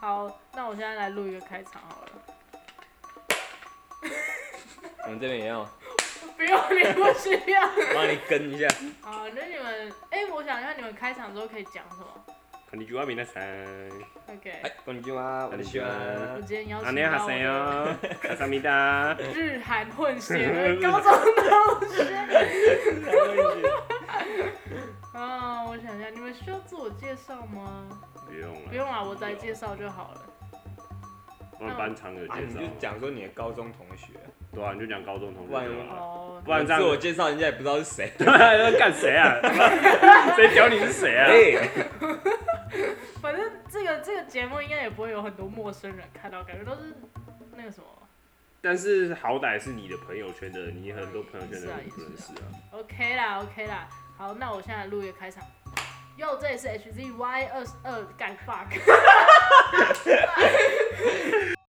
好，那我现在来录一个开场好了。 我们这边也要不用，你不需要。 帮你跟一下。好，那你们，哎、我想一下，你们开场之后可以讲什么こんにちは、皆さん。 ？OK，、哎，こんにちは，我喜欢我今天邀 안 请啊 녕하세 到 요，감사합니다。 日韩混血的高中同学。啊、我想一下，你们需要自我介绍吗？不用不了，用啊，我再介绍就好了。我们班常有啊，介你绍就。讲说你的高中同学，对啊，你就讲高中同学就好了。哦，不然这样自我介绍人家也不知道是谁。对啊， 干谁啊？ 谁屌你是谁啊？哎，反正这个这个节目应该也不会有很多陌生人看到，感觉都是那个什么。但是好歹是你的朋友圈的，你很多朋友圈的人不认识啊。 OK 啦，OK 啦，好，那我现在录一个开场。哟，这里是 HZY 二十二盖 fuck，